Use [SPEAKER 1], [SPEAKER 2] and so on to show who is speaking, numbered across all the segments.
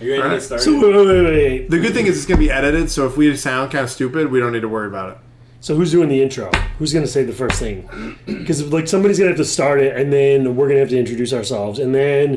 [SPEAKER 1] Are you ready to get started?
[SPEAKER 2] So wait, wait, wait, wait.
[SPEAKER 3] The good thing is it's gonna be edited, so if we sound kind of stupid, we don't need to worry about it.
[SPEAKER 2] So who's doing the intro? Who's gonna say the first thing? Because like somebody's gonna have to start it, and then we're gonna have to introduce ourselves, and then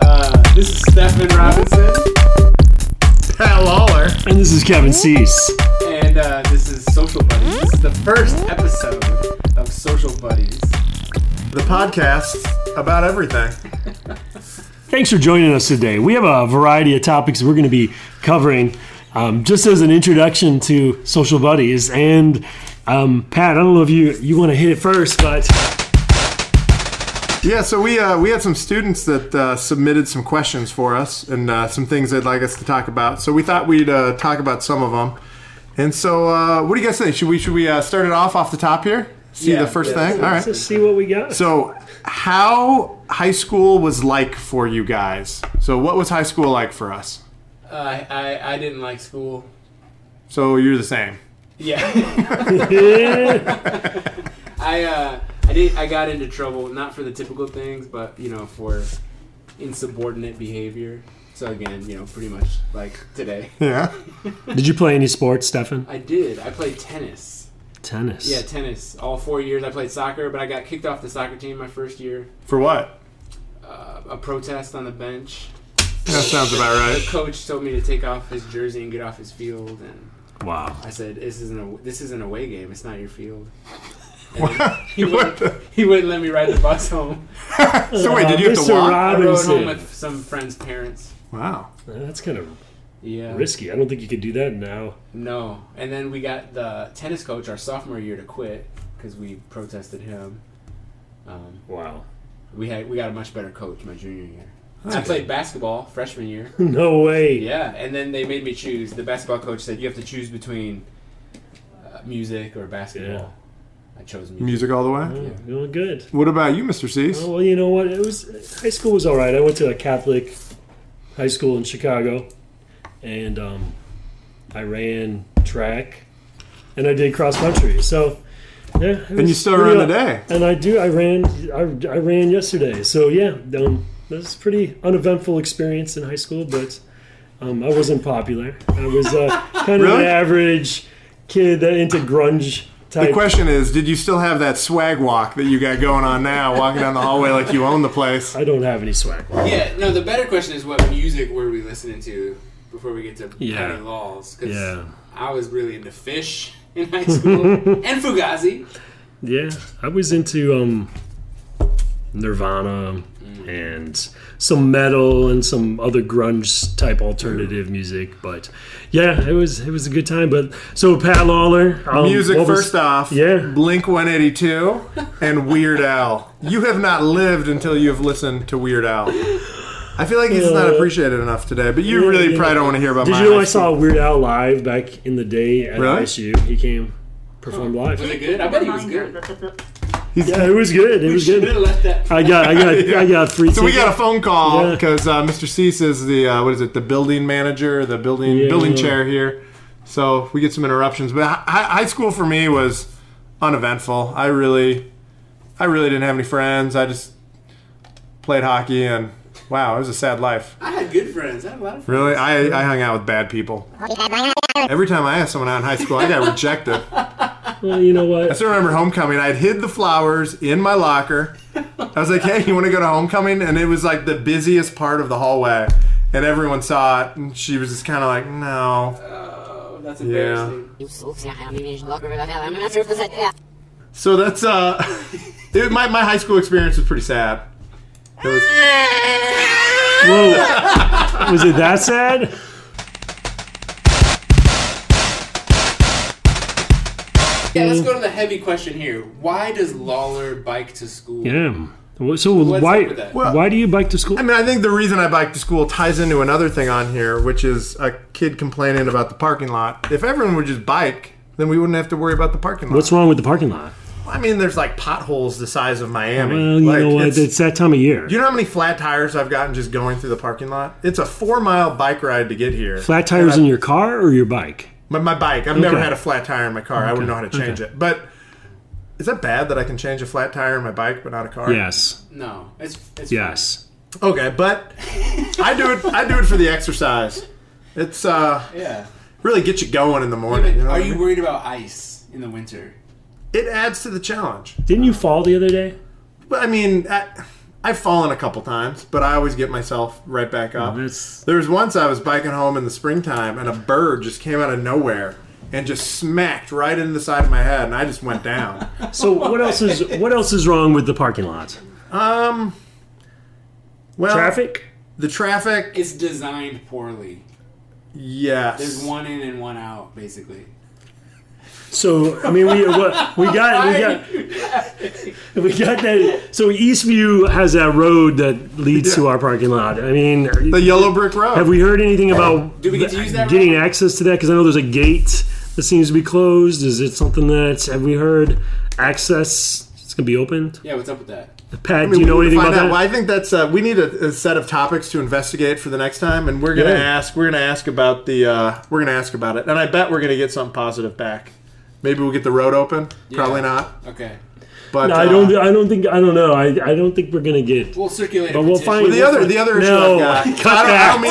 [SPEAKER 1] Uh, this is Stefan Robinson,
[SPEAKER 3] Pat Lawler.
[SPEAKER 2] and this is Kevin Cease.
[SPEAKER 1] and uh, this is Social Buddies. This is the first episode of Social Buddies.
[SPEAKER 3] The podcast about everything.
[SPEAKER 2] Thanks for joining us today. We have a variety of topics we're gonna be covering. Um, just as an introduction to Social Buddies, and um, Pat, I don't know if you you want to hit it first, but
[SPEAKER 3] Yeah, so we uh, we had some students that uh, submitted some questions for us and uh, some things they'd like us to talk about. So we thought we'd uh, talk about some of them. And so, uh, what do you guys think? Should we should we uh, start it off off the top here? See
[SPEAKER 1] Yeah,
[SPEAKER 3] the first
[SPEAKER 1] yeah.
[SPEAKER 3] thing. All right.
[SPEAKER 2] let's see what we got.
[SPEAKER 3] So, how high school was like for you guys? So, what was high school like for us?
[SPEAKER 1] Uh, I, I I didn't like school.
[SPEAKER 3] So you're the same.
[SPEAKER 1] Yeah,
[SPEAKER 2] Yeah.
[SPEAKER 1] I uh, I did. I got into trouble not for the typical things, but you know for insubordinate behavior. So again, you know, pretty much like today.
[SPEAKER 3] Yeah.
[SPEAKER 2] Did you play any sports, Stefan?
[SPEAKER 1] I did. I played tennis.
[SPEAKER 2] Tennis.
[SPEAKER 1] Yeah, tennis. All four years I played soccer, but I got kicked off the soccer team my first year.
[SPEAKER 3] For what?
[SPEAKER 1] Uh, a protest on the bench.
[SPEAKER 3] That sounds about
[SPEAKER 1] The
[SPEAKER 3] right.
[SPEAKER 1] coach told me to take off his jersey and get off his field, and
[SPEAKER 2] Wow.
[SPEAKER 1] I said, "This isn't a this is an away game. It's not your field." And then he, wouldn't, he wouldn't let me ride the bus home.
[SPEAKER 3] So wait, did you have to
[SPEAKER 2] Mr.
[SPEAKER 3] walk?
[SPEAKER 1] I rode
[SPEAKER 2] Robinson.
[SPEAKER 1] home with some friends' parents.
[SPEAKER 3] Wow.
[SPEAKER 2] That's kind of
[SPEAKER 1] Yeah.
[SPEAKER 2] risky. I don't think you could do that now.
[SPEAKER 1] No. And then we got the tennis coach our sophomore year to quit because we protested him. Um,
[SPEAKER 2] Wow.
[SPEAKER 1] we had we got a much better coach my junior year. I played basketball freshman year.
[SPEAKER 2] No way.
[SPEAKER 1] Yeah, and then they made me choose. The basketball coach said you have to choose between uh, music or basketball. I chose music.
[SPEAKER 3] Music all the way.
[SPEAKER 2] Oh, doing good.
[SPEAKER 3] What about you, Mr. Cease?
[SPEAKER 2] Oh, well, you know what? It was high school was all right. I went to a Catholic high school in Chicago, and um, I ran track, and I did cross country. So, yeah. it
[SPEAKER 3] and you
[SPEAKER 2] was
[SPEAKER 3] still
[SPEAKER 2] pretty
[SPEAKER 3] run
[SPEAKER 2] all-
[SPEAKER 3] today.
[SPEAKER 2] And I do. I ran. I, I ran yesterday. So yeah, um, this is a pretty uneventful experience in high school, but um, I wasn't popular. I was uh, kind of
[SPEAKER 3] Really?
[SPEAKER 2] an average kid that into grunge type.
[SPEAKER 3] The question is, did you still have that swag walk that you got going on now, walking down the hallway like you own the place?
[SPEAKER 2] I don't have any swag.
[SPEAKER 1] Yeah, no. The better question is what music were we listening to before we get to
[SPEAKER 2] Yeah.
[SPEAKER 1] Patty Laws? Because I was really into Fish in high school and Fugazi.
[SPEAKER 2] yeah. I was into um, Nirvana and some metal and some other grunge type alternative music. But yeah, it was it was a good time. But so Pat Lawler, um,
[SPEAKER 3] Music
[SPEAKER 2] what was-
[SPEAKER 3] first off,
[SPEAKER 2] yeah.
[SPEAKER 3] Blink 182 and Weird Al. You have not lived until you have listened to Weird Al. I feel like he's not
[SPEAKER 2] Yeah.
[SPEAKER 3] appreciated enough today, but you
[SPEAKER 2] Uh, Yeah,
[SPEAKER 3] really
[SPEAKER 2] yeah.
[SPEAKER 3] probably don't want to hear about
[SPEAKER 2] Did
[SPEAKER 3] my
[SPEAKER 2] you know
[SPEAKER 3] high
[SPEAKER 2] I
[SPEAKER 3] school.
[SPEAKER 2] saw Weird Al live back in the day at
[SPEAKER 3] Really?
[SPEAKER 2] ISU? He came performed live.
[SPEAKER 1] Was it good? I bet he was good.
[SPEAKER 2] Yeah, it was good. It
[SPEAKER 1] We
[SPEAKER 2] was
[SPEAKER 1] should
[SPEAKER 2] good.
[SPEAKER 1] have left that.
[SPEAKER 2] I got, I got, I got free.
[SPEAKER 3] So we got a
[SPEAKER 2] tickets.
[SPEAKER 3] phone call
[SPEAKER 2] Yeah.
[SPEAKER 3] because uh, Mr. Cease is the uh, what is it? The building manager, the building
[SPEAKER 2] Yeah.
[SPEAKER 3] building chair here. So we get some interruptions, but hi- hi- high school for me was uneventful. I really, I really didn't have any friends. I just played hockey, and wow, it was a sad life.
[SPEAKER 1] I had good friends. I had a lot of friends.
[SPEAKER 3] Really, I, I hung out with bad people. Every time I asked someone out in high school, I got rejected.
[SPEAKER 2] Well, you know
[SPEAKER 3] I
[SPEAKER 2] what?
[SPEAKER 3] still remember homecoming. I had hid the flowers in my locker. I was like, "Hey, you want to go to homecoming?" And it was like the busiest part of the hallway, and everyone saw it. And she was just kind of like, "No."
[SPEAKER 1] Oh, that's
[SPEAKER 3] Yeah.
[SPEAKER 1] embarrassing.
[SPEAKER 4] You so sehr haben mich locker überfallen. I'm not sure if das hat er.
[SPEAKER 3] So that's uh, it, my my high school experience was pretty sad. It was-
[SPEAKER 2] Whoa, was it that sad?
[SPEAKER 1] Yeah, let's go to the heavy question here. Why does Lawler bike to school?
[SPEAKER 2] Yeah. Well, So
[SPEAKER 1] What's
[SPEAKER 2] why,
[SPEAKER 1] up with that?
[SPEAKER 2] why do you bike to school?
[SPEAKER 3] I mean, I think the reason I biked to school ties into another thing on here, which is a kid complaining about the parking lot. If everyone would just bike, then we wouldn't have to worry about the parking lot.
[SPEAKER 2] What's wrong with the parking lot?
[SPEAKER 3] I mean, there's like potholes the size of Miami.
[SPEAKER 2] Well, you
[SPEAKER 3] Like,
[SPEAKER 2] know what?
[SPEAKER 3] it's-
[SPEAKER 2] It's, that time of year.
[SPEAKER 3] you know how many flat tires I've gotten just going through the parking lot? It's a four mile bike ride to get here.
[SPEAKER 2] Flat tires
[SPEAKER 3] And I-
[SPEAKER 2] in your car or your bike?
[SPEAKER 3] My, my bike. I've never
[SPEAKER 2] Okay.
[SPEAKER 3] had a flat tire in my car. I wouldn't know how to change it. But is that bad that I can change a flat tire in my bike but not a car?
[SPEAKER 2] Yes.
[SPEAKER 1] No, it's it's
[SPEAKER 2] Yes.
[SPEAKER 3] Okay, but I do it. I do it for the exercise. It's uh,
[SPEAKER 1] fine. Yeah.
[SPEAKER 3] really get you going in the morning. You know
[SPEAKER 1] Are
[SPEAKER 3] what I
[SPEAKER 1] you
[SPEAKER 3] mean?
[SPEAKER 1] worried about ice in the winter?
[SPEAKER 3] It adds to the challenge.
[SPEAKER 2] Didn't you fall the other day?
[SPEAKER 3] But I mean, I, I've fallen a couple times, but I always get myself right back up.
[SPEAKER 2] That's
[SPEAKER 3] There was once I was biking home in the springtime, and a bird just came out of nowhere and just smacked right into the side of my head, and I just went down.
[SPEAKER 2] so. What else is what else is wrong with the parking lot?
[SPEAKER 3] Well,
[SPEAKER 2] Traffic.
[SPEAKER 3] The traffic.
[SPEAKER 1] It's designed poorly.
[SPEAKER 3] Yes.
[SPEAKER 1] There's one in and one out, basically.
[SPEAKER 2] So I mean, we what, we got we got we got that. So Eastview has that road that leads to
[SPEAKER 3] Yeah.
[SPEAKER 2] our parking lot. I mean,
[SPEAKER 3] The yellow brick road.
[SPEAKER 2] have we heard anything about
[SPEAKER 1] Do we get to use that
[SPEAKER 2] getting
[SPEAKER 1] road?
[SPEAKER 2] access to that? Because I know there's a gate that seems to be closed. Is it something that's have we heard access? It's gonna be opened.
[SPEAKER 1] Yeah, what's up with that?
[SPEAKER 2] Pat, do you know
[SPEAKER 3] We need to
[SPEAKER 2] anything about
[SPEAKER 3] find out.
[SPEAKER 2] that?
[SPEAKER 3] Well, I think that's uh, we need a, a set of topics to investigate for the next time, and we're gonna
[SPEAKER 2] Yeah.
[SPEAKER 3] ask. We're gonna ask about the. Uh, we're gonna ask about it, and I bet we're gonna get something positive back. Maybe we'll get the road open. Probably not.
[SPEAKER 1] Okay.
[SPEAKER 3] But
[SPEAKER 2] No, I
[SPEAKER 3] uh,
[SPEAKER 2] don't. I don't think. I don't know. I, I don't think we're gonna get.
[SPEAKER 1] We'll circulate. a
[SPEAKER 2] But we'll
[SPEAKER 1] petition.
[SPEAKER 2] find-
[SPEAKER 3] The other. The other issue
[SPEAKER 2] No,
[SPEAKER 3] I've got.
[SPEAKER 2] cut
[SPEAKER 3] I don't, I
[SPEAKER 2] that.
[SPEAKER 3] don't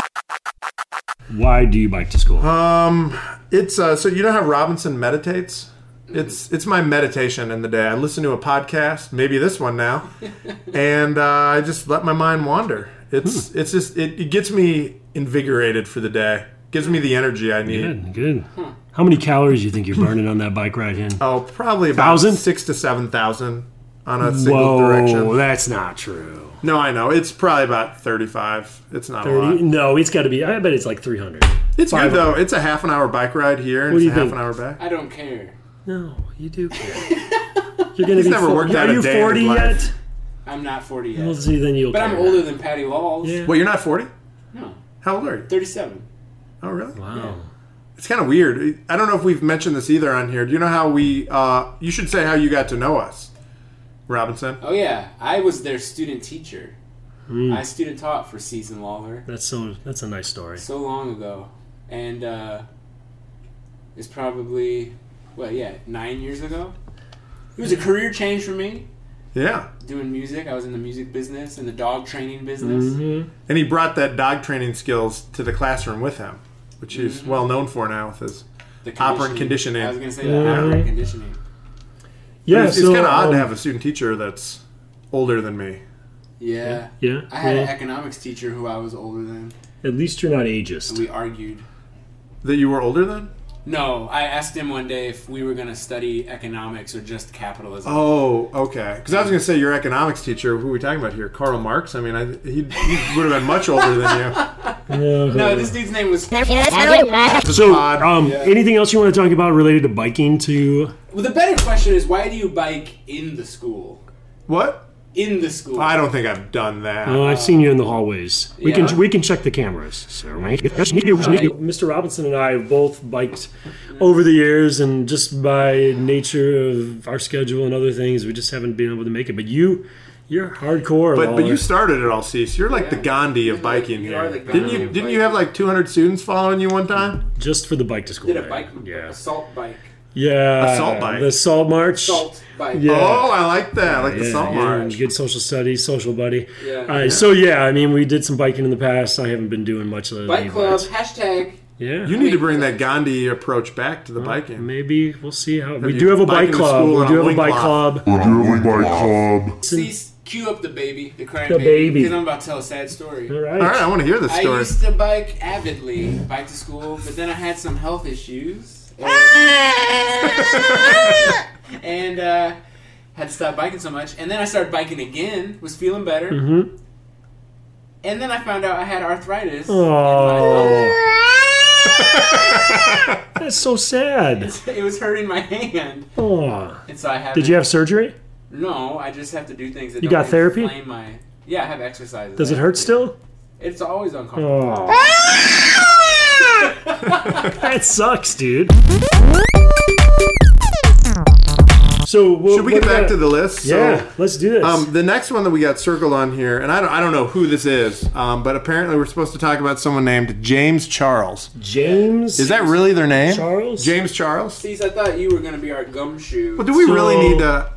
[SPEAKER 3] mean.
[SPEAKER 2] Why do you bike to school?
[SPEAKER 3] Um, it's uh, so you know how Robinson meditates. It's it's my meditation in the day. I listen to a podcast, maybe this one now, and uh, I just let my mind wander. It's
[SPEAKER 2] Hmm.
[SPEAKER 3] it's just it, it gets me invigorated for the day. Gives me the energy I need.
[SPEAKER 2] Good. Good. How many calories do you think you're burning on that bike ride in?
[SPEAKER 3] Oh, probably about
[SPEAKER 2] Thousand?
[SPEAKER 3] six to seven thousand on a single
[SPEAKER 2] Whoa,
[SPEAKER 3] direction.
[SPEAKER 2] that's not true.
[SPEAKER 3] No, I know it's probably about thirty-five. It's not a lot.
[SPEAKER 2] No, it's got to be. I bet it's like 300.
[SPEAKER 3] It's
[SPEAKER 2] Five.
[SPEAKER 3] good though. It's a half an hour bike ride here, and
[SPEAKER 2] What
[SPEAKER 3] it's
[SPEAKER 2] do
[SPEAKER 3] a half
[SPEAKER 2] you think?
[SPEAKER 3] an hour back.
[SPEAKER 1] I don't care.
[SPEAKER 2] No, you do care. You're gonna be.
[SPEAKER 3] never
[SPEAKER 2] fo-
[SPEAKER 3] worked out
[SPEAKER 2] Are
[SPEAKER 3] a
[SPEAKER 2] you
[SPEAKER 3] day in
[SPEAKER 2] 40
[SPEAKER 3] his life.
[SPEAKER 2] yet?
[SPEAKER 1] I'm not 40 yet.
[SPEAKER 2] We'll see. Then you'll.
[SPEAKER 1] but
[SPEAKER 2] care.
[SPEAKER 1] I'm older than Patty Walls.
[SPEAKER 2] Yeah.
[SPEAKER 3] Well, you're not forty.
[SPEAKER 1] No,
[SPEAKER 3] How old are you?
[SPEAKER 1] 37.
[SPEAKER 3] Oh, really?
[SPEAKER 2] Wow.
[SPEAKER 3] It's kind of weird. I don't know if we've mentioned this either on here. Do you know how we? Uh, you should say how you got to know us, Robinson.
[SPEAKER 1] Oh yeah, I was their student teacher.
[SPEAKER 2] Hmm.
[SPEAKER 1] I student taught for Season Lawler
[SPEAKER 2] That's so. That's a nice story.
[SPEAKER 1] so long ago, and uh, it's probably well, yeah, nine years ago. It was a career change for me.
[SPEAKER 3] Yeah,
[SPEAKER 1] Doing music, I was in the music business and the dog training business.
[SPEAKER 2] Mm-hmm.
[SPEAKER 3] and he brought that dog training skills to the classroom with him, which he's
[SPEAKER 2] Mm-hmm.
[SPEAKER 3] well known for now with his.
[SPEAKER 1] The
[SPEAKER 3] Operant conditioning.
[SPEAKER 1] I was gonna say
[SPEAKER 2] Mhm.
[SPEAKER 1] that operant conditioning.
[SPEAKER 2] Yeah.
[SPEAKER 3] it's
[SPEAKER 2] so,
[SPEAKER 3] kind of odd
[SPEAKER 2] um,
[SPEAKER 3] to have a student teacher that's older than me.
[SPEAKER 1] Yeah.
[SPEAKER 2] Yeah.
[SPEAKER 1] I had
[SPEAKER 2] well,
[SPEAKER 1] an economics teacher who I was older than,
[SPEAKER 2] at least you're not
[SPEAKER 1] and
[SPEAKER 2] ageist.
[SPEAKER 1] we argued.
[SPEAKER 3] That you were older than?
[SPEAKER 1] No, I asked him one day if we were going to study economics or just capitalism.
[SPEAKER 3] Oh, okay. Because I was going to say your economics teacher. Who are we talking about here? Karl Marx. I mean, I, he, he would have been much older than you.
[SPEAKER 1] No, this dude's name was. Well,
[SPEAKER 2] So,
[SPEAKER 3] Odd.
[SPEAKER 2] Uh-huh. um,
[SPEAKER 3] Yeah.
[SPEAKER 2] anything else you want to talk about related to biking? To
[SPEAKER 1] the better question is why do you bike in the school?
[SPEAKER 3] What?
[SPEAKER 1] In the school.
[SPEAKER 3] I don't think I've done that.
[SPEAKER 2] Oh, I've seen you in the hallways. We can
[SPEAKER 1] Yeah.
[SPEAKER 2] we can check the cameras, sir. right? Mr. Robinson and I have both biked over the years, and just by nature of our schedule and other things, we just haven't been able to make it. But you, you're hardcore.
[SPEAKER 3] But but you
[SPEAKER 2] Lawler.
[SPEAKER 3] started it all, Cease. You're like the
[SPEAKER 1] Yeah.
[SPEAKER 3] Gandhi of
[SPEAKER 1] You're like-
[SPEAKER 3] biking
[SPEAKER 1] you
[SPEAKER 3] here.
[SPEAKER 1] are the
[SPEAKER 3] didn't
[SPEAKER 1] Gandhi
[SPEAKER 3] you?
[SPEAKER 1] of
[SPEAKER 3] Didn't you have like 200 students following you one time?
[SPEAKER 2] just for the bike to school.
[SPEAKER 1] did a
[SPEAKER 2] day.
[SPEAKER 1] bike
[SPEAKER 2] Yeah.
[SPEAKER 1] assault bike.
[SPEAKER 2] Yeah.
[SPEAKER 3] Assault bike.
[SPEAKER 2] The salt march.
[SPEAKER 1] Assault bike.
[SPEAKER 2] Yeah.
[SPEAKER 3] Oh, I like that. I like the
[SPEAKER 2] Yeah,
[SPEAKER 3] salt
[SPEAKER 2] yeah,
[SPEAKER 3] march.
[SPEAKER 2] Good social studies, social buddy.
[SPEAKER 1] Yeah.
[SPEAKER 2] All right, so yeah, I mean, we did some biking in the past. I haven't been doing much lately.
[SPEAKER 1] Bike club,
[SPEAKER 2] but-
[SPEAKER 1] hashtag.
[SPEAKER 2] Yeah.
[SPEAKER 3] You need to bring that Gandhi approach back to the biking.
[SPEAKER 2] Maybe we'll see how we
[SPEAKER 3] you
[SPEAKER 2] do have a
[SPEAKER 3] bike
[SPEAKER 2] bike
[SPEAKER 3] in the
[SPEAKER 2] club.
[SPEAKER 3] school
[SPEAKER 2] We
[SPEAKER 3] and
[SPEAKER 2] do
[SPEAKER 3] a
[SPEAKER 2] have a bike
[SPEAKER 3] loincloth.
[SPEAKER 2] club.
[SPEAKER 5] Doing Bike Club.
[SPEAKER 1] Cease, cue up the baby, the crying
[SPEAKER 2] The baby.
[SPEAKER 1] Because I'm about to tell a sad story.
[SPEAKER 2] All right.
[SPEAKER 3] All right, I want to hear this
[SPEAKER 1] I
[SPEAKER 3] story.
[SPEAKER 1] used to bike avidly, bike to school, but then I had some health issues.
[SPEAKER 2] Ah!
[SPEAKER 1] and uh, had to stop biking so much. And then I started biking again, was feeling better.
[SPEAKER 2] Mhm.
[SPEAKER 1] And then I found out I had arthritis.
[SPEAKER 2] Oh, that's so sad.
[SPEAKER 1] It was hurting my hand.
[SPEAKER 2] Oh.
[SPEAKER 1] And so I have
[SPEAKER 2] Did you have surgery?
[SPEAKER 1] No, I just have to do things that
[SPEAKER 2] You
[SPEAKER 1] don't
[SPEAKER 2] got therapy?
[SPEAKER 1] inflame my Yeah, I have exercises.
[SPEAKER 2] Does it
[SPEAKER 1] I
[SPEAKER 2] hurt
[SPEAKER 1] do.
[SPEAKER 2] still?
[SPEAKER 1] It's always uncomfortable.
[SPEAKER 2] Oh. that sucks, dude. So we'll,
[SPEAKER 3] Should we get back to the list? So,
[SPEAKER 2] yeah, let's do this.
[SPEAKER 3] Um, the next one that we got circled on here, and I don't, I don't know who this is, um, but apparently we're supposed to talk about someone named James Charles.
[SPEAKER 2] James.
[SPEAKER 3] Is that really their name?
[SPEAKER 2] Charles?
[SPEAKER 3] James Charles.
[SPEAKER 1] Cease, I thought you were gonna be our gumshoe.
[SPEAKER 3] But do we
[SPEAKER 2] So-
[SPEAKER 3] really need to?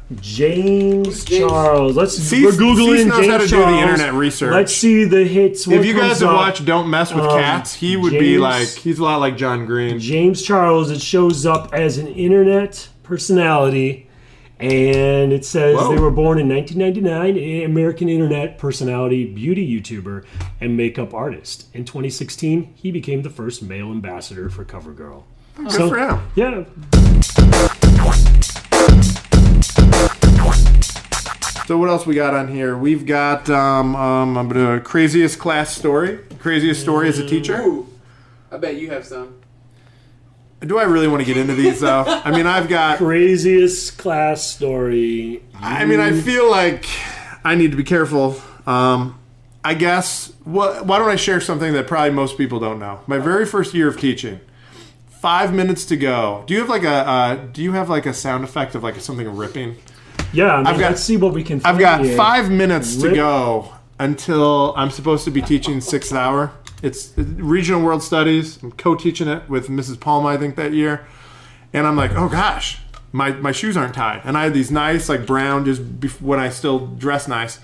[SPEAKER 1] James-
[SPEAKER 2] James Charles? Let's
[SPEAKER 3] Cease-
[SPEAKER 2] we're googling
[SPEAKER 3] Cease knows
[SPEAKER 2] James
[SPEAKER 3] how to do the
[SPEAKER 2] Charles.
[SPEAKER 3] internet research.
[SPEAKER 2] Let's see the hits. what
[SPEAKER 3] If you guys
[SPEAKER 2] comes
[SPEAKER 3] have
[SPEAKER 2] up.
[SPEAKER 3] watched Don't Mess with
[SPEAKER 2] Um,
[SPEAKER 3] Cats, he would be
[SPEAKER 2] James-
[SPEAKER 3] like he's a lot like John Green.
[SPEAKER 2] James Charles, it shows up as an internet personality, and it says
[SPEAKER 3] Whoa.
[SPEAKER 2] they were born in 1999, an American internet personality, beauty YouTuber, and makeup artist. In 2016, he became the first male ambassador for CoverGirl.
[SPEAKER 3] Good for him.
[SPEAKER 2] Yeah,
[SPEAKER 3] So what else we got on here? We've got um, um I'm gonna- craziest class story, craziest story as a teacher.
[SPEAKER 1] Ooh, I bet you have some.
[SPEAKER 3] Do I really want to get into these though? I mean, I've got.
[SPEAKER 2] craziest class story.
[SPEAKER 3] I mean, I feel like I need to be careful. Um, I guess. Wh- why don't I share something that probably most people don't know? My very first year of teaching. Five minutes to go. Do you have like a uh, Do you have like a sound effect of like something ripping?
[SPEAKER 2] Yeah, I mean,
[SPEAKER 3] I've got-
[SPEAKER 2] let's see what we can.
[SPEAKER 3] I've
[SPEAKER 2] find
[SPEAKER 3] got
[SPEAKER 2] here.
[SPEAKER 3] five minutes to
[SPEAKER 2] Rip.
[SPEAKER 3] go until I'm supposed to be teaching sixth hour. It's regional world studies. I'm co-teaching it with Mrs. Palma, I think, that year. And I'm like, oh gosh, my, my shoes aren't tied. And I had these nice, like brown, just bef- when I still dress nice.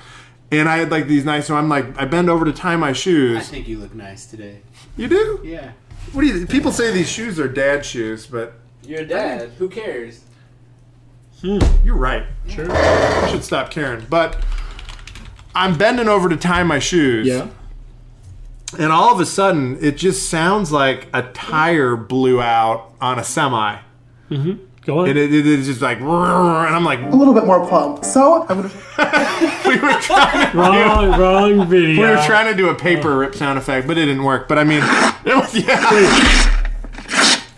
[SPEAKER 3] And I had like these nice, so I'm like, I bend over to tie my
[SPEAKER 1] I
[SPEAKER 3] shoes.
[SPEAKER 1] think you look nice today.
[SPEAKER 3] You do?
[SPEAKER 1] Yeah,
[SPEAKER 3] What do you? People say these shoes are dad shoes, but
[SPEAKER 1] you're a dad. Who cares?
[SPEAKER 3] You're right. Sure. I should stop caring. But I'm bending over to tie my shoes.
[SPEAKER 2] Yeah.
[SPEAKER 3] And all of a sudden, it just sounds like a tire blew out on a semi.
[SPEAKER 2] Go on.
[SPEAKER 3] And it, it, it's just like, and I'm like,
[SPEAKER 5] a little bit more plump. So I'm gonna.
[SPEAKER 3] we were trying to,
[SPEAKER 2] wrong, wrong video.
[SPEAKER 3] we were trying to do a paper rip sound effect, but it didn't work. But I mean, it was, yeah.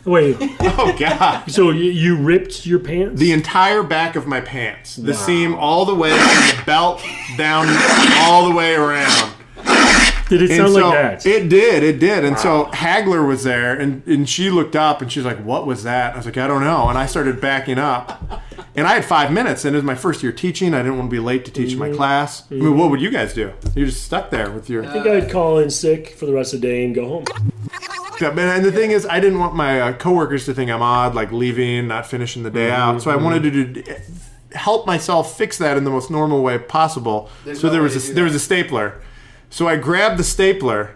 [SPEAKER 2] Wait,
[SPEAKER 3] Oh, God.
[SPEAKER 2] so you, you ripped your pants?
[SPEAKER 3] The entire back of my pants, the seam all the way from the belt down, all the way around.
[SPEAKER 2] Did it
[SPEAKER 3] And
[SPEAKER 2] sound
[SPEAKER 3] so
[SPEAKER 2] like that?
[SPEAKER 3] It did, it did. And so Hagler was there, and, and she looked up and she's like, What was that? I was like, I don't know. And I started backing up. And I had five minutes, and it was my first year teaching. I didn't want to be late to teach my
[SPEAKER 2] Mm-hmm.
[SPEAKER 3] class. I mean, what would you guys do? You're just stuck there with your.
[SPEAKER 2] I think I'd call in sick for the rest of the day and go home.
[SPEAKER 3] And and the thing is, I didn't want my uh, coworkers to think I'm odd, like leaving, not finishing the day out. So I wanted to do, help myself fix that in the most normal way possible. so
[SPEAKER 1] no way
[SPEAKER 3] there was
[SPEAKER 1] to
[SPEAKER 3] a,
[SPEAKER 1] do
[SPEAKER 3] there
[SPEAKER 1] that.
[SPEAKER 3] was a stapler. So I grabbed the stapler,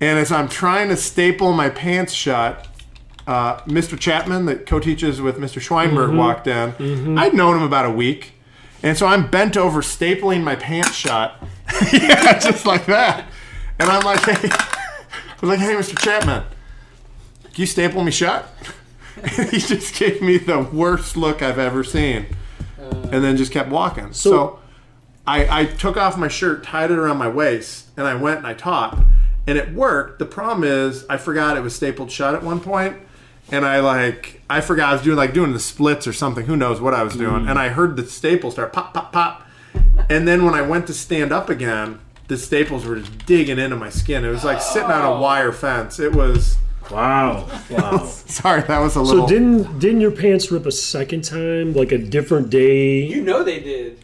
[SPEAKER 3] and as I'm trying to staple my pants shut, uh, Mr. Chapman, that co-teaches with Mr. Schweinberg, walked in. I'd known him about a week, and so I'm bent over stapling my pants shut, yeah, just like that. And I'm like, hey, I was like, hey, Mr. Chapman, can you staple me shut? And he just gave me the worst look I've ever seen, and then just kept walking. So, I, I took off my shirt, tied it around my waist, and I went and I taught, and it worked. The problem is I forgot it was stapled shut at one point, and I like I forgot I was doing like doing the splits or something. Who knows what I was doing? And I heard the staple start pop pop pop, and then when I went to stand up again, the staples were just digging into my skin. It was like sitting on a wire fence. It was.
[SPEAKER 2] Wow. Wow.
[SPEAKER 3] Sorry, that was a little.
[SPEAKER 2] so didn't didn't your pants rip a second time, like a different day?
[SPEAKER 1] You know they did.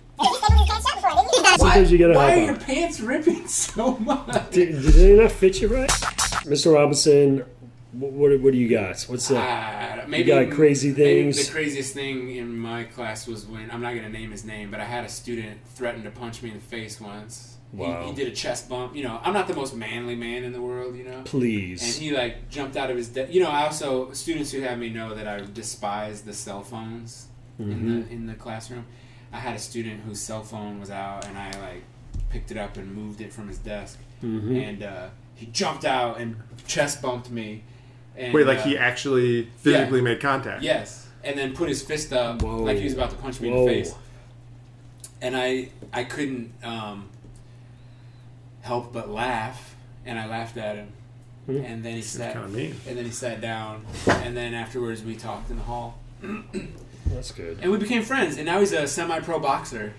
[SPEAKER 2] Sometimes you gotta
[SPEAKER 1] Why are
[SPEAKER 2] help
[SPEAKER 1] your
[SPEAKER 2] out.
[SPEAKER 1] pants ripping so much?
[SPEAKER 2] Did, did they not fit you right, Mr. Robinson? wh- What what do you got? What's that?
[SPEAKER 1] Ah, maybe
[SPEAKER 2] You got crazy
[SPEAKER 1] maybe
[SPEAKER 2] things.
[SPEAKER 1] the craziest thing in my class was when I'm not going to name his name, but I had a student threaten to punch me in the face once. He-
[SPEAKER 2] Wow.
[SPEAKER 1] He, did a chest bump. You know, I'm not the most manly man in the world. You know. And
[SPEAKER 2] Please.
[SPEAKER 1] he like jumped out of his. De- you know, I also students who have me know that I despise the cell phones in
[SPEAKER 3] Mm-hmm.
[SPEAKER 1] the in the classroom. I had a student whose cell phone was out, and I like picked it up and moved it from his desk,
[SPEAKER 3] Mm-hmm.
[SPEAKER 1] and uh, he jumped out and chest bumped me. And,
[SPEAKER 3] Wait, like
[SPEAKER 1] uh,
[SPEAKER 3] he actually physically made contact.
[SPEAKER 1] Yes, and then put his fist up
[SPEAKER 2] Whoa.
[SPEAKER 1] like he was about to punch me
[SPEAKER 2] Whoa.
[SPEAKER 1] in the face. And I I couldn't um, help but laugh, and I laughed at him. And then he sat.
[SPEAKER 3] Hmm. kinda mean.
[SPEAKER 1] And then he sat down, and then afterwards we talked in the hall,
[SPEAKER 2] That's good.
[SPEAKER 1] and we became friends. And now he's a semi-pro boxer.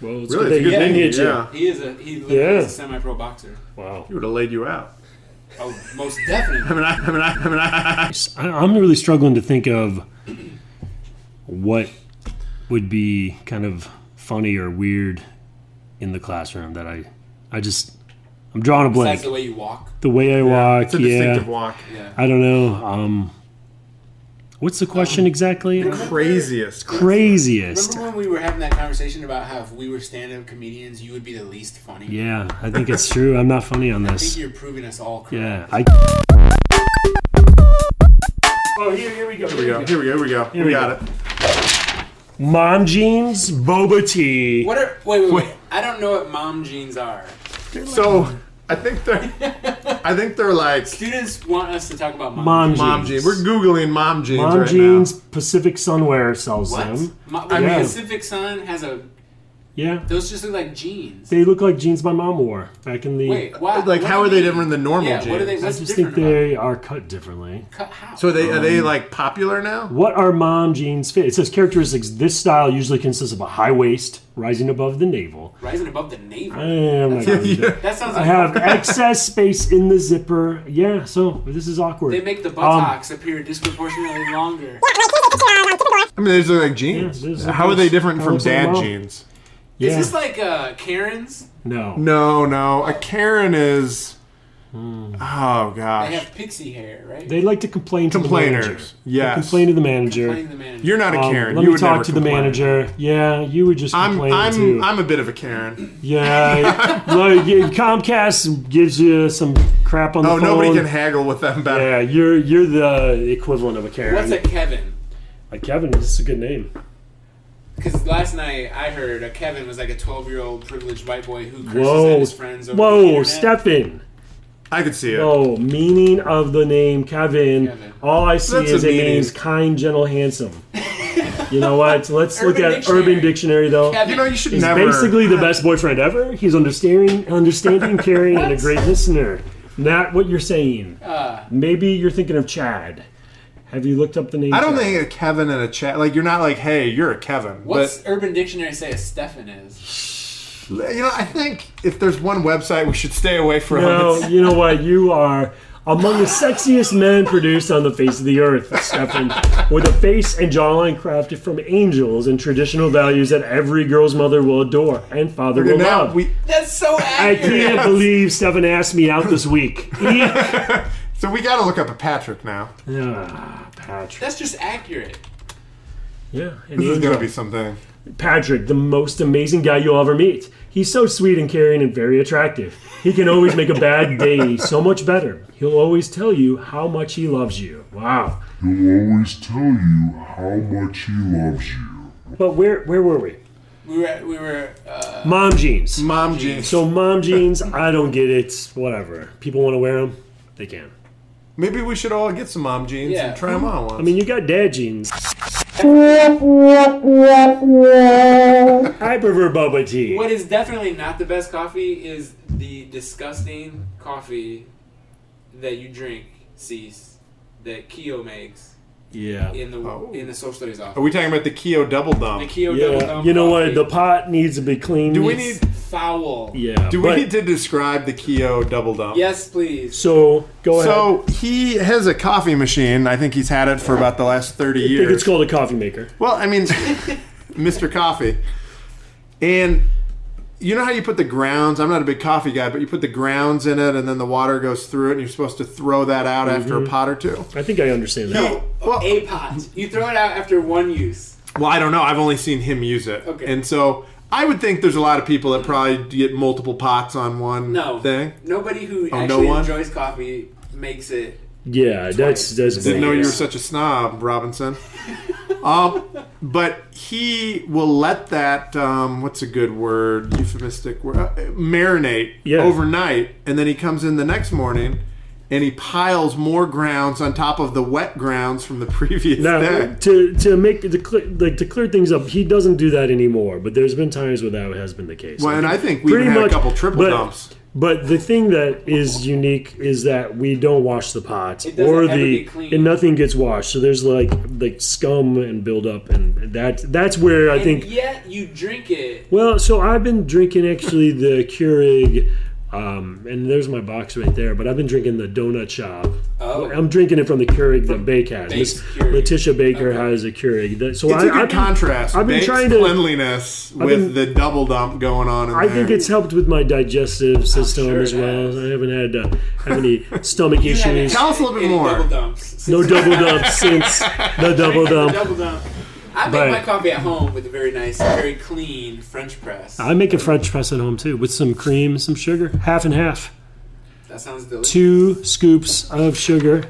[SPEAKER 2] Well,
[SPEAKER 3] Really,
[SPEAKER 2] it's good
[SPEAKER 3] it's a
[SPEAKER 2] they
[SPEAKER 3] good thing,
[SPEAKER 2] lineage you.
[SPEAKER 3] yeah.
[SPEAKER 1] He is a he literally is
[SPEAKER 2] Yeah.
[SPEAKER 1] a semi-pro boxer.
[SPEAKER 2] Wow.
[SPEAKER 3] He would have laid you out.
[SPEAKER 1] Oh, most
[SPEAKER 3] I
[SPEAKER 1] definitely.
[SPEAKER 3] mean, I, I mean, I, I mean, I,
[SPEAKER 2] I, I'm really struggling to think of what would be kind of funny or weird in the classroom that I, I just, I'm drawing a
[SPEAKER 1] Besides
[SPEAKER 2] blank.
[SPEAKER 1] the way you walk.
[SPEAKER 2] The way I walk,
[SPEAKER 3] it's a
[SPEAKER 2] yeah.
[SPEAKER 3] distinctive walk.
[SPEAKER 1] Yeah.
[SPEAKER 2] I don't know. Um, what's the question exactly?
[SPEAKER 3] Craziest.
[SPEAKER 2] Craziest.
[SPEAKER 1] Remember when we were having that conversation about how if we were stand-up comedians, you would be the least funny?
[SPEAKER 2] Yeah, I think it's true. I'm not funny on
[SPEAKER 1] I think
[SPEAKER 2] this.
[SPEAKER 1] you're proving us all correct.
[SPEAKER 2] Yeah, I. Oh, here, here we go. Here
[SPEAKER 3] Here we go. Here we go. Here we go.
[SPEAKER 2] we
[SPEAKER 3] we got
[SPEAKER 2] go.
[SPEAKER 3] it.
[SPEAKER 2] Mom jeans, boba tea.
[SPEAKER 1] What are wait, wait, wait.
[SPEAKER 3] Wait.
[SPEAKER 1] I don't know what mom jeans are.
[SPEAKER 3] So I think they're, I think they're like
[SPEAKER 1] Students want us to talk about mom,
[SPEAKER 2] Mom
[SPEAKER 1] jeans.
[SPEAKER 3] mom jeans. We're googling mom jeans
[SPEAKER 2] Mom
[SPEAKER 3] right
[SPEAKER 2] jeans, Pacific Sunwear sells
[SPEAKER 1] What?
[SPEAKER 2] them.
[SPEAKER 1] Mo-
[SPEAKER 3] I
[SPEAKER 1] the
[SPEAKER 2] mean-
[SPEAKER 1] Pacific Sun has a.
[SPEAKER 2] Yeah,
[SPEAKER 1] Those just look like jeans.
[SPEAKER 2] they look like jeans my mom wore back in the.
[SPEAKER 1] Wait,
[SPEAKER 3] now.
[SPEAKER 1] why?
[SPEAKER 3] Like,
[SPEAKER 1] what
[SPEAKER 3] how are they
[SPEAKER 1] mean?
[SPEAKER 3] different than normal
[SPEAKER 1] Yeah,
[SPEAKER 3] jeans?
[SPEAKER 1] what are they?
[SPEAKER 2] I
[SPEAKER 1] What's
[SPEAKER 2] just think
[SPEAKER 1] different about?
[SPEAKER 2] they are cut differently.
[SPEAKER 1] Cut, how?
[SPEAKER 3] So are they are they like popular now?
[SPEAKER 2] What are mom jeans fit? It says characteristics. This style usually consists of a high waist rising above the navel.
[SPEAKER 1] rising above the navel.
[SPEAKER 2] I am not gonna do that.
[SPEAKER 1] that sounds.
[SPEAKER 2] I
[SPEAKER 1] Like
[SPEAKER 2] have excess space in the zipper. Yeah, so this is awkward.
[SPEAKER 1] They make the buttocks appear disproportionately longer.
[SPEAKER 3] I mean, these are like
[SPEAKER 2] Yeah, these
[SPEAKER 3] jeans.
[SPEAKER 2] are
[SPEAKER 3] How are they
[SPEAKER 2] those-
[SPEAKER 3] different
[SPEAKER 2] that
[SPEAKER 3] from
[SPEAKER 2] looks like
[SPEAKER 3] dad
[SPEAKER 2] mom.
[SPEAKER 3] jeans?
[SPEAKER 2] yeah.
[SPEAKER 1] Is this like uh, Karen's?
[SPEAKER 2] no.
[SPEAKER 3] No, no. A Karen is.
[SPEAKER 2] Hmm.
[SPEAKER 3] Oh
[SPEAKER 1] They
[SPEAKER 3] gosh.
[SPEAKER 1] have pixie hair, right?
[SPEAKER 2] They like to complain to the manager.
[SPEAKER 3] Complainers.
[SPEAKER 2] They
[SPEAKER 3] Yes.
[SPEAKER 2] complain to the manager.
[SPEAKER 1] Playing the manager.
[SPEAKER 3] You're not a
[SPEAKER 2] Um,
[SPEAKER 3] Karen.
[SPEAKER 2] let
[SPEAKER 3] you
[SPEAKER 2] me
[SPEAKER 3] would
[SPEAKER 2] talk
[SPEAKER 3] never
[SPEAKER 2] to the
[SPEAKER 3] complain.
[SPEAKER 2] manager. Yeah, you would just
[SPEAKER 3] I'm
[SPEAKER 2] complain
[SPEAKER 3] I'm
[SPEAKER 2] too.
[SPEAKER 3] I'm a bit of a Karen.
[SPEAKER 2] yeah, like yeah, Comcast gives you some crap on the
[SPEAKER 3] Oh,
[SPEAKER 2] phone.
[SPEAKER 3] nobody can haggle with them better.
[SPEAKER 2] Yeah, you're you're the equivalent of a Karen.
[SPEAKER 1] What's a Kevin?
[SPEAKER 2] Like Kevin, this is a good name.
[SPEAKER 1] Because last night I heard a Kevin was like a 12 year old privileged white boy who curses at
[SPEAKER 2] Whoa,
[SPEAKER 1] his friends. Over the
[SPEAKER 2] whoa,
[SPEAKER 1] internet.
[SPEAKER 2] Stefan.
[SPEAKER 3] I could see it.
[SPEAKER 2] Oh, meaning of the name Kevin.
[SPEAKER 1] Kevin.
[SPEAKER 2] All I see
[SPEAKER 3] That's
[SPEAKER 2] is
[SPEAKER 3] a
[SPEAKER 2] a
[SPEAKER 3] meaning.
[SPEAKER 2] name's kind, gentle, handsome. you know what? Let's look
[SPEAKER 1] Urban
[SPEAKER 2] at Urban Dictionary though.
[SPEAKER 1] Kevin.
[SPEAKER 3] You know, you should
[SPEAKER 2] He's
[SPEAKER 3] never.
[SPEAKER 2] basically the best boyfriend ever. He's understanding, understanding, caring, and a great listener. Not what you're saying.
[SPEAKER 1] Uh,
[SPEAKER 2] Maybe you're thinking of Chad. Have you looked up the name?
[SPEAKER 3] I don't
[SPEAKER 2] Chad?
[SPEAKER 3] think a Kevin and a Chad. Like you're not like, hey, you're a Kevin.
[SPEAKER 1] what's Urban Dictionary say a Stefan is?
[SPEAKER 3] But you know, I think if there's one website we should stay away from.
[SPEAKER 2] No,
[SPEAKER 3] it's-
[SPEAKER 2] you know what? You are among the sexiest men produced on the face of the earth, Stefan, with a face and jawline crafted from angels and traditional values that every girl's mother will adore and father will
[SPEAKER 3] And now
[SPEAKER 2] love.
[SPEAKER 3] we.
[SPEAKER 1] That's so
[SPEAKER 2] I
[SPEAKER 1] accurate.
[SPEAKER 2] can't believe Stefan asked me out this week. Yeah.
[SPEAKER 3] So we got to look up a Patrick now.
[SPEAKER 2] Ah, Patrick.
[SPEAKER 1] That's just accurate.
[SPEAKER 2] Yeah, an
[SPEAKER 3] This is
[SPEAKER 2] angel.
[SPEAKER 3] gonna be something.
[SPEAKER 2] Patrick, the most amazing guy you'll ever meet. He's so sweet and caring and very attractive. He can always make a bad day so much better. He'll always tell you how much he loves you. Wow.
[SPEAKER 6] will always tell you how much he loves you.
[SPEAKER 2] But where where were we?
[SPEAKER 1] We were we were uh,
[SPEAKER 2] Mom jeans.
[SPEAKER 3] Mom jeans.
[SPEAKER 2] So mom jeans, I don't get it. Whatever. People want to wear them, they can.
[SPEAKER 3] Maybe we should all get some mom jeans
[SPEAKER 1] Yeah.
[SPEAKER 3] and try them on once.
[SPEAKER 2] I mean, you got dad jeans. I prefer boba tea.
[SPEAKER 1] what is definitely not the best coffee is the disgusting coffee that you drink, cease that Keo makes
[SPEAKER 2] Yeah.
[SPEAKER 1] in the
[SPEAKER 3] Oh.
[SPEAKER 1] in the social studies office.
[SPEAKER 3] are we talking about the Keo double
[SPEAKER 1] the
[SPEAKER 3] dump?
[SPEAKER 1] Keo double
[SPEAKER 2] Yeah.
[SPEAKER 1] Dome
[SPEAKER 2] You know what?
[SPEAKER 1] coffee,
[SPEAKER 2] The pot needs to be cleaned.
[SPEAKER 3] Do we need?
[SPEAKER 1] foul.
[SPEAKER 2] Yeah.
[SPEAKER 3] Do
[SPEAKER 2] but-
[SPEAKER 3] we need to describe the Keo double dump?
[SPEAKER 1] Yes, please.
[SPEAKER 2] So go ahead.
[SPEAKER 3] So he has a coffee machine. I think he's had it for about the last thirty
[SPEAKER 2] I think
[SPEAKER 3] years.
[SPEAKER 2] it's called a coffee maker.
[SPEAKER 3] Well, I mean, Mr. Coffee. And you know how you put the grounds? I'm not a big coffee guy, but you put the grounds in it and then the water goes through it and you're supposed to throw that out after
[SPEAKER 2] Mm-hmm.
[SPEAKER 3] a pot or two.
[SPEAKER 2] I think I understand that.
[SPEAKER 3] Well,
[SPEAKER 1] a pot. You throw it out after one use.
[SPEAKER 3] well, I don't know. I've only seen him use it.
[SPEAKER 1] Okay.
[SPEAKER 3] And so I would think there's a lot of people that probably get multiple pots on one
[SPEAKER 1] No.
[SPEAKER 3] thing.
[SPEAKER 1] Nobody who
[SPEAKER 3] Oh, no
[SPEAKER 1] actually
[SPEAKER 3] one?
[SPEAKER 1] enjoys coffee makes it.
[SPEAKER 2] Yeah, that's that's.
[SPEAKER 1] Didn't
[SPEAKER 3] Didn't know you were
[SPEAKER 2] bogus.
[SPEAKER 3] such a snob, Robinson. um, but he will let that um, what's a good word euphemistic word uh, marinate
[SPEAKER 2] Yeah.
[SPEAKER 3] overnight, and then he comes in the next morning and he piles more grounds on top of the wet grounds from the previous
[SPEAKER 2] Now,
[SPEAKER 3] day.
[SPEAKER 2] to to make to clear, like to clear things up, he doesn't do that anymore. But there's been times where that has been the case.
[SPEAKER 3] Well, and I think we
[SPEAKER 2] Pretty
[SPEAKER 3] even had a
[SPEAKER 2] much,
[SPEAKER 3] couple triple
[SPEAKER 2] but-
[SPEAKER 3] dumps.
[SPEAKER 2] But the thing that is unique is that we don't wash the pots
[SPEAKER 1] It doesn't
[SPEAKER 2] or
[SPEAKER 1] ever
[SPEAKER 2] the
[SPEAKER 1] get cleaned.
[SPEAKER 2] and nothing gets washed. So there's like like scum and buildup, and that that's where I
[SPEAKER 1] And
[SPEAKER 2] think.
[SPEAKER 1] yet you drink it.
[SPEAKER 2] Well, so I've been drinking actually the Keurig Um, and there's my box right there. But I've been drinking the Donut Shop.
[SPEAKER 1] Oh.
[SPEAKER 2] I'm drinking it from the Keurig, the bakehouse.
[SPEAKER 1] Bakes
[SPEAKER 2] Miss
[SPEAKER 1] Keurig.
[SPEAKER 2] Letitia Baker
[SPEAKER 1] Okay.
[SPEAKER 2] has a Keurig. That- so
[SPEAKER 3] It's
[SPEAKER 2] I,
[SPEAKER 3] a good
[SPEAKER 2] I've been-
[SPEAKER 3] contrast.
[SPEAKER 2] I've been
[SPEAKER 3] Bakes
[SPEAKER 2] trying to-
[SPEAKER 3] cleanliness with the double dump going on. In
[SPEAKER 2] I
[SPEAKER 3] there.
[SPEAKER 2] think it's helped with my digestive system
[SPEAKER 1] sure
[SPEAKER 2] as
[SPEAKER 1] it
[SPEAKER 2] well.
[SPEAKER 1] has.
[SPEAKER 2] I haven't had uh, have any stomach issues.
[SPEAKER 3] Tell us a little bit more.
[SPEAKER 1] Double dumps.
[SPEAKER 2] No double dump since the double dump.
[SPEAKER 1] Double dump. I make
[SPEAKER 2] But-
[SPEAKER 1] my coffee at home with a very nice, very clean French press.
[SPEAKER 2] I make a French press at home too with some cream, some sugar, half and half.
[SPEAKER 1] that sounds delicious.
[SPEAKER 2] Two scoops of sugar.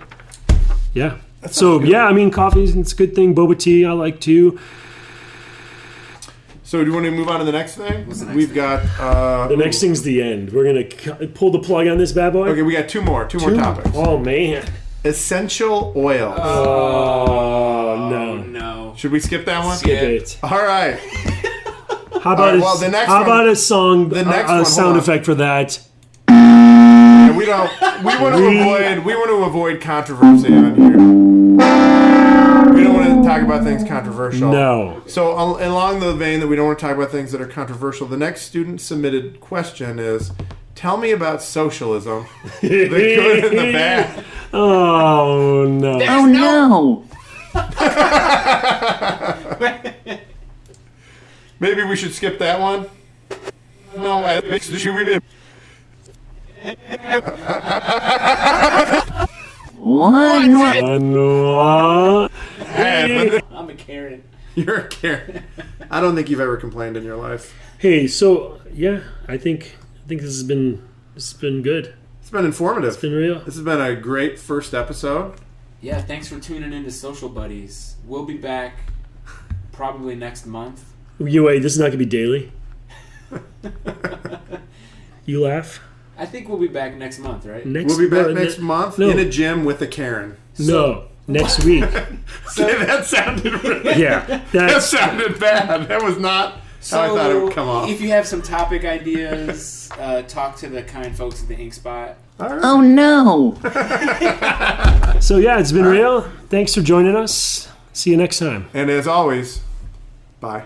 [SPEAKER 2] Yeah. So yeah, I mean coffee's it's a good thing. Boba tea I like too.
[SPEAKER 3] So do you want to move on to the next thing?
[SPEAKER 1] the next
[SPEAKER 3] We've
[SPEAKER 1] thing?
[SPEAKER 3] got uh,
[SPEAKER 2] The next thing's the end. We're gonna cu- pull the plug on this bad boy.
[SPEAKER 3] Okay, we got two more. Two,
[SPEAKER 2] Ooh.
[SPEAKER 3] more topics.
[SPEAKER 2] Oh man.
[SPEAKER 3] Essential oils. Um,
[SPEAKER 2] Oh
[SPEAKER 1] Oh,
[SPEAKER 2] no.
[SPEAKER 1] no.
[SPEAKER 3] Should we skip that one?
[SPEAKER 1] Skip.
[SPEAKER 2] Great.
[SPEAKER 3] All right.
[SPEAKER 2] How about
[SPEAKER 3] right,
[SPEAKER 2] a,
[SPEAKER 3] well, the next
[SPEAKER 2] how
[SPEAKER 3] one-
[SPEAKER 2] about a song? The
[SPEAKER 3] next
[SPEAKER 2] a,
[SPEAKER 3] one, hold
[SPEAKER 2] sound
[SPEAKER 3] on.
[SPEAKER 2] effect for that.
[SPEAKER 3] And we don't. We want to
[SPEAKER 2] We-
[SPEAKER 3] avoid. We want to avoid controversy on here. We don't want to talk about things controversial.
[SPEAKER 2] No.
[SPEAKER 3] So al- along the vein that we don't want to talk about things that are controversial, the next student submitted question is, "Tell me about socialism, the good and the bad."
[SPEAKER 2] Oh no.
[SPEAKER 5] Oh no!
[SPEAKER 3] Maybe we should skip that one. No, I think should we?
[SPEAKER 5] What? What?
[SPEAKER 2] Anwar.
[SPEAKER 1] I'm a Karen.
[SPEAKER 3] You're a Karen. I don't think you've ever complained in your life.
[SPEAKER 2] Hey, so yeah, I think I think this has been this has been good.
[SPEAKER 3] It's been informative.
[SPEAKER 2] It's been real.
[SPEAKER 3] this has been a great first episode.
[SPEAKER 1] Yeah, thanks for tuning in to Social Buddies. We'll be back probably next month.
[SPEAKER 2] You wait, this is not gonna be daily. You laugh.
[SPEAKER 1] I think we'll be back next month, right?
[SPEAKER 2] Next
[SPEAKER 3] We'll be back
[SPEAKER 2] uh,
[SPEAKER 3] next
[SPEAKER 2] ne-
[SPEAKER 3] month
[SPEAKER 2] no.
[SPEAKER 3] in a gym with a Karen.
[SPEAKER 2] No, next week.
[SPEAKER 3] that sounded really,
[SPEAKER 2] Yeah,
[SPEAKER 3] that
[SPEAKER 2] that's
[SPEAKER 3] sounded bad. That was not
[SPEAKER 1] So,
[SPEAKER 3] how I thought it would come off.
[SPEAKER 1] if you have some topic ideas, uh, talk to the kind folks at the Ink Spot.
[SPEAKER 5] Oh no!
[SPEAKER 2] so. Yeah, it's been real. Thanks for joining us. See you next time.
[SPEAKER 3] and as always, bye.